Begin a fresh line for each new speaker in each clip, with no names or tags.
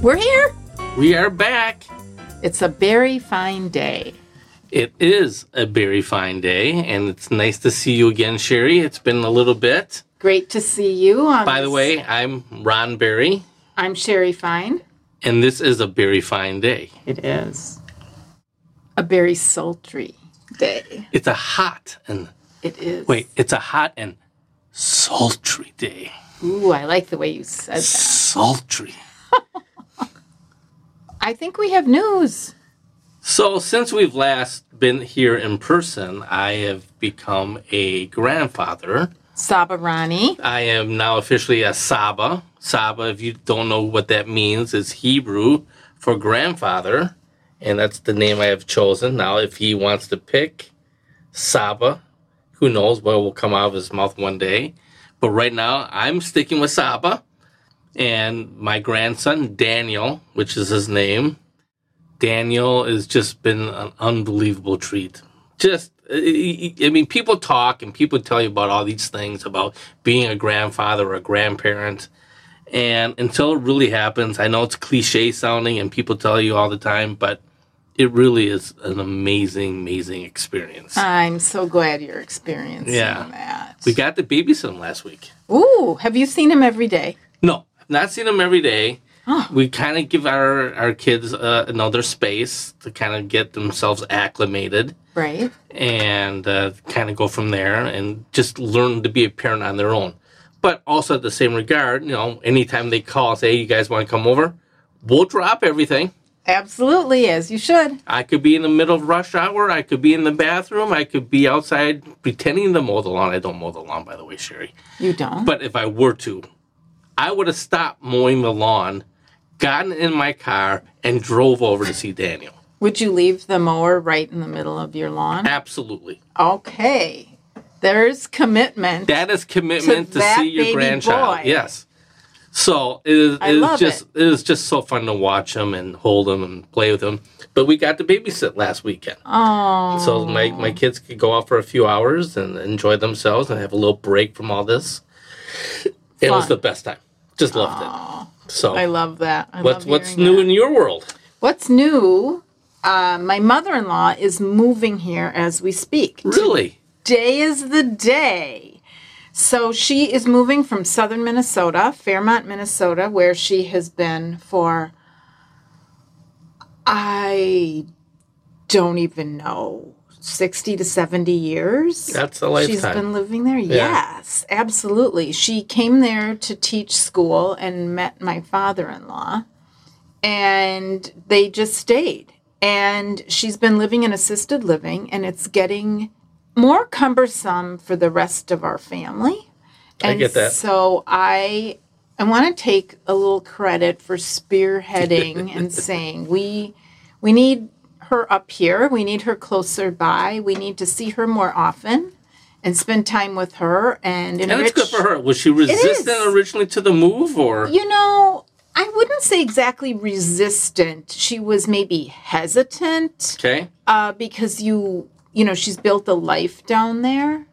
We're here.
We are back.
It's a very fine day.
It is a very fine day, and it's nice to see you again, Sherry. It's been a little bit.
Great to see you. On
By the
this-
way, I'm Ron Berry,
I'm Sherry Fine.
and this is a very fine day.
It is.
A very sultry day.
It's a hot and
It is.
wait, it's a hot and sultry day.
Ooh, I like the way you said that.
Sultry.
I think we have news.
So, since we've last been here in person, I have become a grandfather.
Sabarani.
I am now officially a Saba. Saba, if you don't know what that means, is Hebrew for grandfather. And that's the name I have chosen. Now, if he wants to pick Saba, who knows what will come out of his mouth one day. But right now, I'm sticking with Saba. And my grandson, Daniel, which is his name, Daniel has just been an unbelievable treat. Just, I I- I mean, people talk and people tell you about all these things about being a grandfather or a grandparent. And until it really happens, I know it's cliche sounding and people tell you all the time, but it really is an amazing, amazing experience.
I'm so glad you're experiencing
Yeah.
that.
We got to babysit him last week.
Ooh, have you seen him every day?
No, I've not seen them every day. We kind of give our, our kids uh, another space to kind of get themselves acclimated.
Right.
and uh, kind of go from there and just learn to be a parent on their own. But also at the same regard, you know, anytime they call and say, hey, you guys want to come over, we'll drop everything.
Absolutely, as you should.
I could be in the middle of rush hour. I could be in the bathroom. I could be outside pretending to mow the lawn. I don't mow the lawn, by the way, Sherry.
You don't.
But if I were to, I would have stopped mowing the lawn, gotten in my car, and drove over to see Daniel.
Would you leave the mower right in the middle of your lawn?
Absolutely.
Okay. There's commitment.
That is commitment
To
to,
that
see your
baby
grandchild.
boy.
Yes. So it is,
I
it
love
is just it is just so fun to watch them and hold them and play with them. But we got to babysit last weekend,
oh.
so my my kids could go out for a few hours and enjoy themselves and have a little break from all this. It was
Fun.
the best time. Just loved it. So
I love that. I
Oh. what's
love
what's
hearing
new
that.
in your world?
What's new? Uh, my mother-in-law is moving here as we speak.
Really?
Today is the day. So she is moving from southern Minnesota, Fairmont, Minnesota, where she has been for I don't even know, 60 to 70 years.
That's a
She's
lifetime.
been living there? Yes, absolutely. She came there to teach school and met my father in law, and they just stayed. And she's been living in assisted living, and it's getting more cumbersome for the rest of our family.
I
And
get that.
So I I want to take a little credit for spearheading and saying we we need her up here. We need her closer by. We need to see her more often and spend time with her and enrich.
and it's good for her. Was she resistant
is.
originally to the move, or
You know, I wouldn't say exactly resistant. She was maybe hesitant
okay?
uh, because you you know she's built a life down there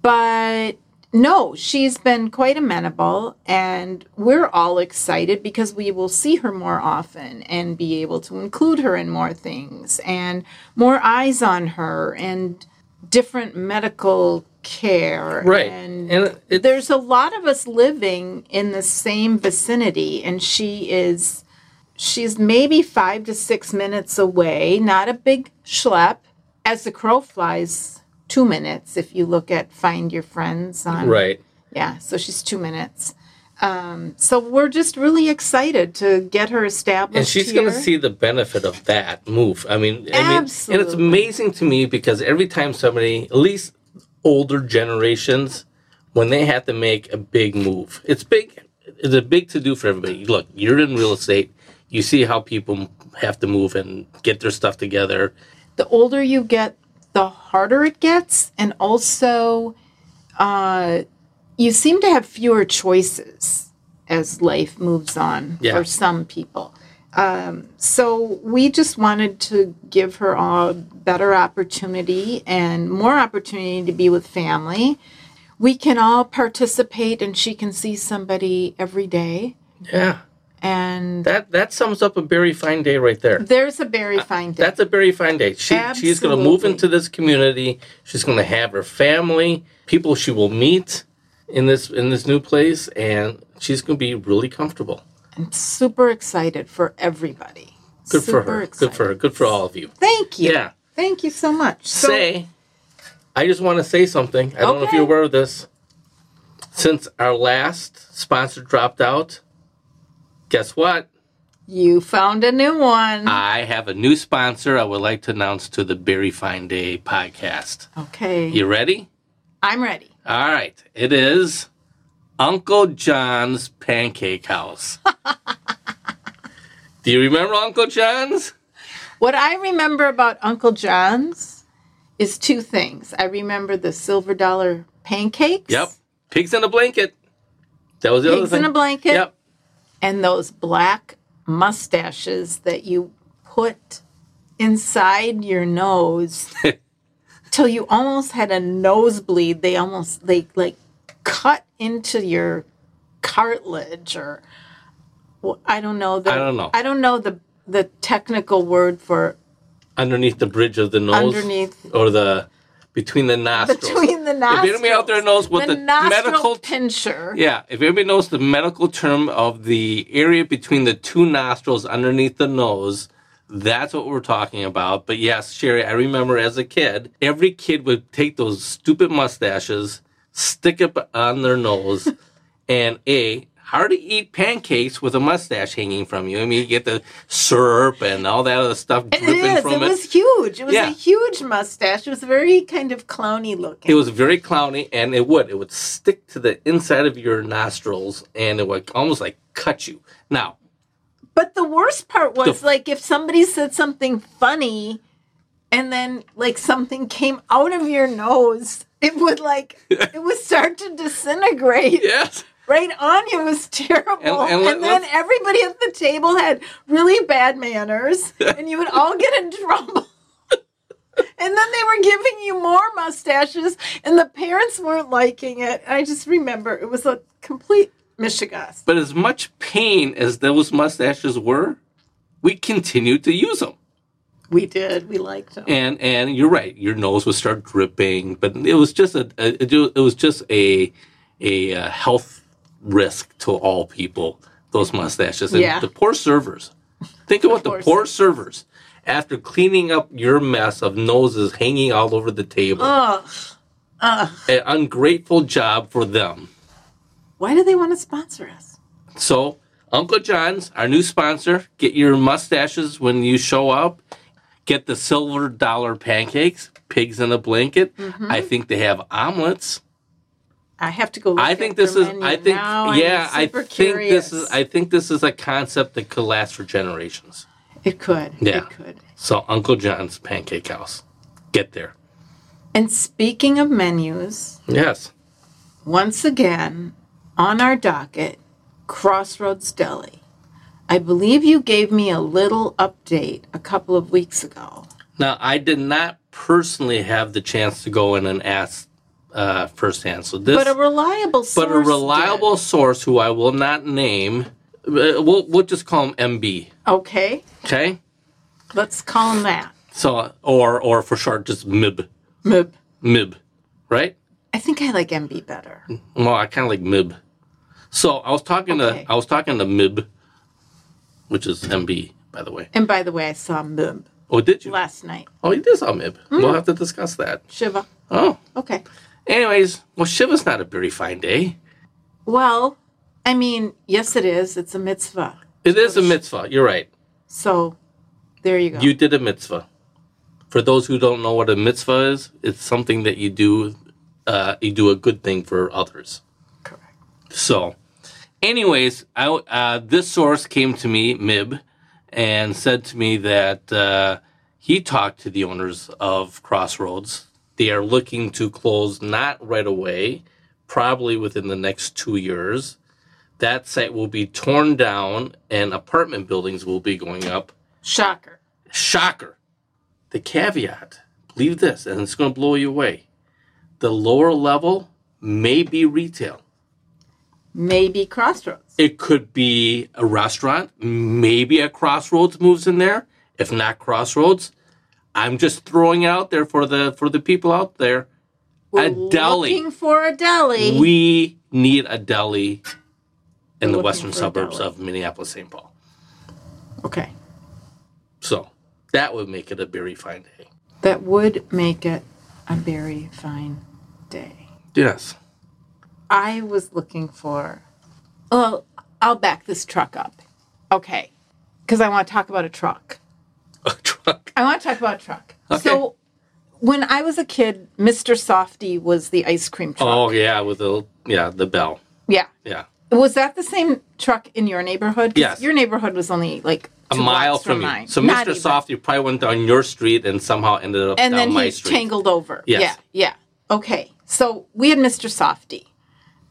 but no she's been quite amenable and we're all excited because we will see her more often and be able to include her in more things and more eyes on her and different medical care
Right.
and,
And it-
there's a lot of us living in the same vicinity and she is She's maybe five to six minutes away, not a big schlep. As the crow flies, two minutes if you look at Find Your Friends on.
Right.
Yeah, so she's two minutes. Um, so we're just really excited to get her established.
and she's
here.
going to see the benefit of that move. I mean, I mean, and it's
Absolutely.
amazing to me because every time somebody, at least older generations, when they have to make a big move, it's big. It's a big to do for everybody. Look, you're in real estate. You see how people have to move and get their stuff together.
the older you get, the harder it gets, and also, uh, you seem to have fewer choices as life moves on
Yeah.
for some people. Um, so we just wanted to give her all a better opportunity and more opportunity to be with family. We can all participate, and she can see somebody every day
Yeah,
And
That that sums up a very fine day right there.
there's a very fine day.
uh, That's a very fine day. She she's going to move
Absolutely.
into this community. She's going to have her family, people she will meet in this in this new place, and she's going to be really comfortable.
I'm super excited for everybody.
Good
super
for her.
Excited.
Good for her. Good for all of you.
Thank you.
Yeah.
Thank you so much. So,
say, I just want to say something. I don't know if
Okay.
you're aware of this. Since our last sponsor dropped out, guess what?
you found a new one.
I have a new sponsor I would like to announce to the Berry Fine Day podcast.
okay.
You ready?
I'm ready.
All right. It is Uncle John's Pancake House. Do you remember Uncle John's?
What I remember about Uncle John's is two things. I remember the silver dollar pancakes.
Yep. Pigs in a blanket. That was the other
Pigs
thing.
in a blanket.
Yep.
And those black mustaches that you put inside your nose till you almost had a nosebleed. They almost they like cut into your cartilage or well, I don't know the
I don't know.
I don't know the the technical word for
Underneath the bridge of the nose.
underneath
or the between the nostrils.
between the nostrils.
if anybody out there knows what the,
nostril
medical
pincher.
yeah, if anybody knows the medical term of the area between the two nostrils underneath the nose, that's what we're talking about. But yes, Sherry, I remember as a kid, every kid would take those stupid mustaches, stick it on their nose, and a hard to eat pancakes with a mustache hanging from you. I mean, you get the syrup and all that other stuff
It
dripping
is. It,
from it.
was huge. It was
Yeah.
a huge mustache. It was very kind of clowny looking.
It was very clowny, and it would it would stick to the inside of your nostrils, and it would almost like cut you. Now,
But the worst part was
The-
like if somebody said something funny and then like something came out of your nose, it would like it would start to disintegrate
yes,
right on you. It was terrible.
And-
And,
and let-
then
let's-
everybody at the table had really bad manners and you would all get in trouble. And then they were giving you more mustaches, and the parents weren't liking it. I just remember it was a complete Michigas.
but as much pain as those mustaches were, we continued to use them.
We did. We liked them.
And and you're right, your nose would start dripping, but it was just a, a it ju- it was just a a uh, health risk to all people. Those mustaches and
Yeah.
the poor servers. Think about the
course.
poor servers after cleaning up your mess of noses hanging all over the table.
Ugh.
an ungrateful job for them.
Why do they want to sponsor us?
So, Uncle John's, our new sponsor, get your mustaches when you show up. Get the silver dollar pancakes, pigs in a blanket. I think they have omelets.
I have to go. Look
I think this is. I think yeah. I think this is. I think this is a concept that could last for generations.
it could.
Yeah.
It could.
So Uncle John's Pancake House, get there.
And speaking of menus,
Yes.
once again on our docket, Crossroads Deli. I believe you gave me a little update a couple of weeks ago.
Now, I did not personally have the chance to go in and ask uh, firsthand. So this,
But a reliable source.
but a reliable
did.
source who I will not name. uh, We'll we'll just call him MB.
Okay,
Okay.
let's call him that.
So or or for short, just Mib.
Mib.
Mib, right?
I think I like MB better.
Well, I kind of like Mib. So I was talking
Okay.
to I was talking to Mib, which is MB, by the way.
And by the way, I saw Mib
Oh, did you?
last night.
Oh, you did saw Mib.
Hmm.
We'll have to discuss that.
Shiva.
Oh.
Okay.
Anyways, well, Shiva's not a very fine day.
Well, I mean, yes, it is. It's a mitzvah.
It is a mitzvah. You're right.
So there you go.
You did a mitzvah. For those who don't know what a mitzvah is, it's something that you do. Uh, you do a good thing for others.
Correct.
So, anyways, I, uh, this source came to me, Mib, and said to me that uh, he talked to the owners of Crossroads. They are looking to close not right away, probably within the next two years. That site will be torn down and apartment buildings will be going up
Shocker.
Shocker. The caveat, believe this, and it's going to blow you away. The lower level may be retail.
Maybe Crossroads.
It could be a restaurant. Maybe a Crossroads moves in there. If not Crossroads, I'm just throwing out there for the for the people out there.
We're
a deli.
Looking for a deli.
We need a deli in the
looking
western
for a
suburbs
deli.
of Minneapolis St. Paul.
okay.
So that would make it a very fine day.
That would make it a very fine day.
Yes.
I was looking for. Well, I'll back this truck up. Okay. Because I want to talk about a truck.
A truck.
I want to talk about a truck.
Okay.
So, when I was a kid, Mr. Softy was the ice cream truck.
Oh yeah, with the yeah, the bell.
Yeah.
Yeah.
Was that the same truck in your neighborhood? 'Cause
Yes.
Your neighborhood was only like
A
two
mile
blocks
from, you.
mine.
So
Not
Mr.
even.
Softy probably went down your street and somehow ended up
and
down
then
my
he
street.
tangled over.
Yes.
Yeah, yeah. Okay, so we had Mr. Softy,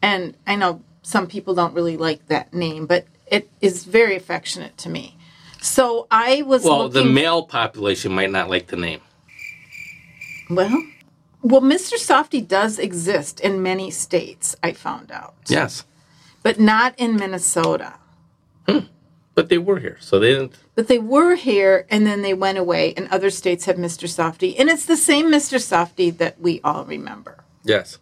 and I know some people don't really like that name, but it is very affectionate to me. So I was
well, the
looking.
male population might not like the name.
well, well, Mr. Softy does exist in many states. I found out,
Yes.
but not in Minnesota.
But they were here. So they didn't
But they were here, and then they went away, and other states have Mr. Softy, and it's the same Mr. Softy that we all remember.
Yes.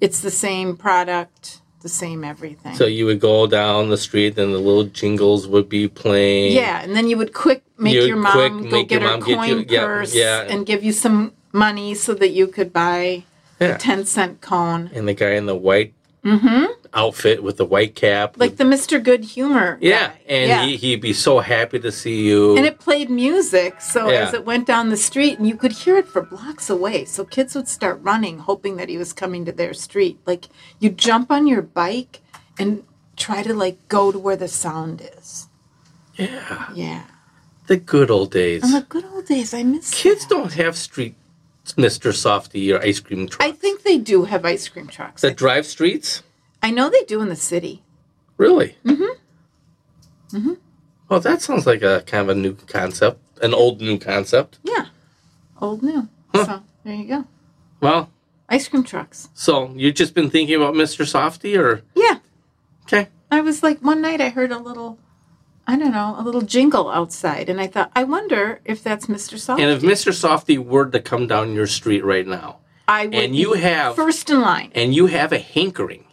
It's the same product, the same everything.
So you would go down the street and the little jingles would be playing.
Yeah, and then you would quick make
You would
your mom
quick
go
make
get
your
her
mom get
coin
you- yeah,
purse
yeah.
and give you some money so that you could buy
Yeah.
a ten cent cone,
And the guy in the white outfit with the white cap.
Mm-hmm. like the Mister Good Humor.
yeah.
guy.
And
yeah.
He, he'd be so happy to see you.
and it played music, so
Yeah.
as it went down the street, and you could hear it for blocks away. So kids would start running, hoping that he was coming to their street. Like you jump on your bike and try to like go to where the sound is.
yeah.
Yeah,
The good old days.
the good old days. I miss
Kids
that.
don't have street Mr. Softy or ice cream trucks.
I think they do have ice cream trucks.
that drive streets?
I know they do in the city.
Really? Mm-hmm. Mm-hmm. Well, that sounds like a kind of a new concept, an old new concept.
Yeah. Old new. So there you go.
Well,
Ice cream trucks.
so you've just been thinking about Mr. Softy, or
Yeah.
okay?
I was like, one night I heard a little, I don't know, a little jingle outside. And I thought, I wonder if that's Mr. Salt.
And if Mr. Softy were to come down your street right now,
I would
and you
be
have-
First in line,
and you have a hankering,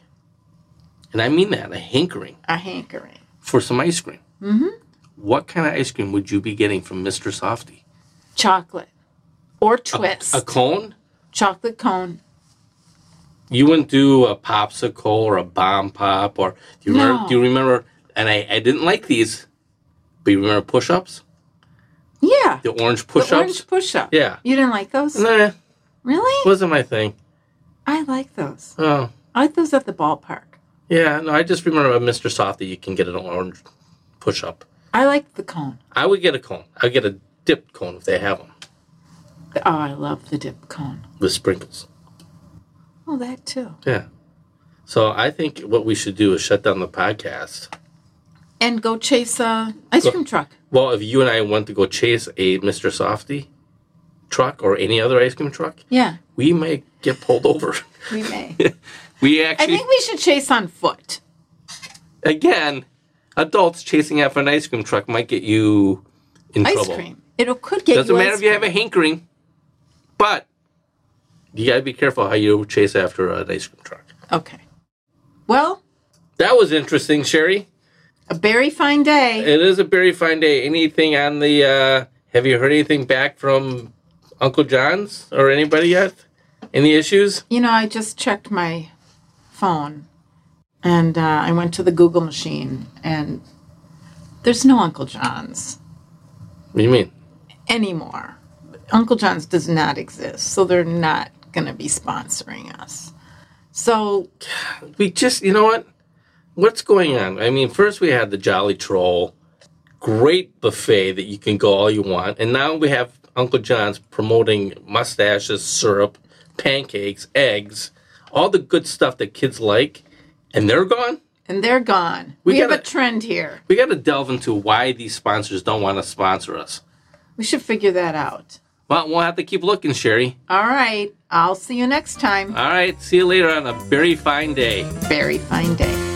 and I mean that a hankering
a hankering.
for some ice cream, mm-hmm. what kind of ice cream would you be getting from Mr. Softy?
Chocolate or twist.
A cone?
Chocolate cone.
You wouldn't do a popsicle or a bomb pop, or do you remember?
No.
Do you remember? And I, I didn't like these, but you remember push-ups,
Yeah.
the orange
The
push-ups.
orange push up.
Yeah.
You didn't like those?
Nah,
Really?
wasn't my thing.
I like those.
Oh,
I like those at the ballpark.
yeah. No, I just remember about Mr. Softy. You can get an orange push-up.
I like the cone.
I would get a cone. I'd get a dipped cone if they have them
Oh, I love the dip cone.
with sprinkles.
Oh, that too.
Yeah. So I think what we should do is shut down the podcast.
and go chase a ice cream truck.
Well, if you and I want to go chase a Mr. Softy truck or any other ice cream truck,
Yeah,
we might get pulled over.
we may.
We
I
actually,
think we should chase on foot.
again, adults chasing after an ice cream truck might get you in
Ice
trouble.
cream. It could get
Doesn't
you
matter
ice
if you have
cream.
a hankering, but you gotta be careful how you chase after an ice cream truck.
Okay. Well,
That was interesting, Sherry.
a very fine day.
It is a very fine day. Anything on the? Uh, have you heard anything back from Uncle John's or anybody yet? Any issues?
You know, I just checked my phone, and uh, I went to the Google machine, and there's no Uncle John's
What do you mean?
anymore. Uncle John's does not exist, so they're not going to be sponsoring us. So
We just, you know what? What's going on? I mean, first we had the Jolly Troll, great buffet that you can go all you want, and now we have Uncle John's promoting mustaches, syrup, pancakes, eggs, all the good stuff that kids like, and they're gone.
and they're gone.
We
we have a
gotta-
trend here.
We got to delve into why these sponsors don't want to sponsor us.
We should figure that out.
Well, we'll have to keep looking, Sherry.
All right. I'll see you next time.
All right, see you later on a very fine day.
Very fine day.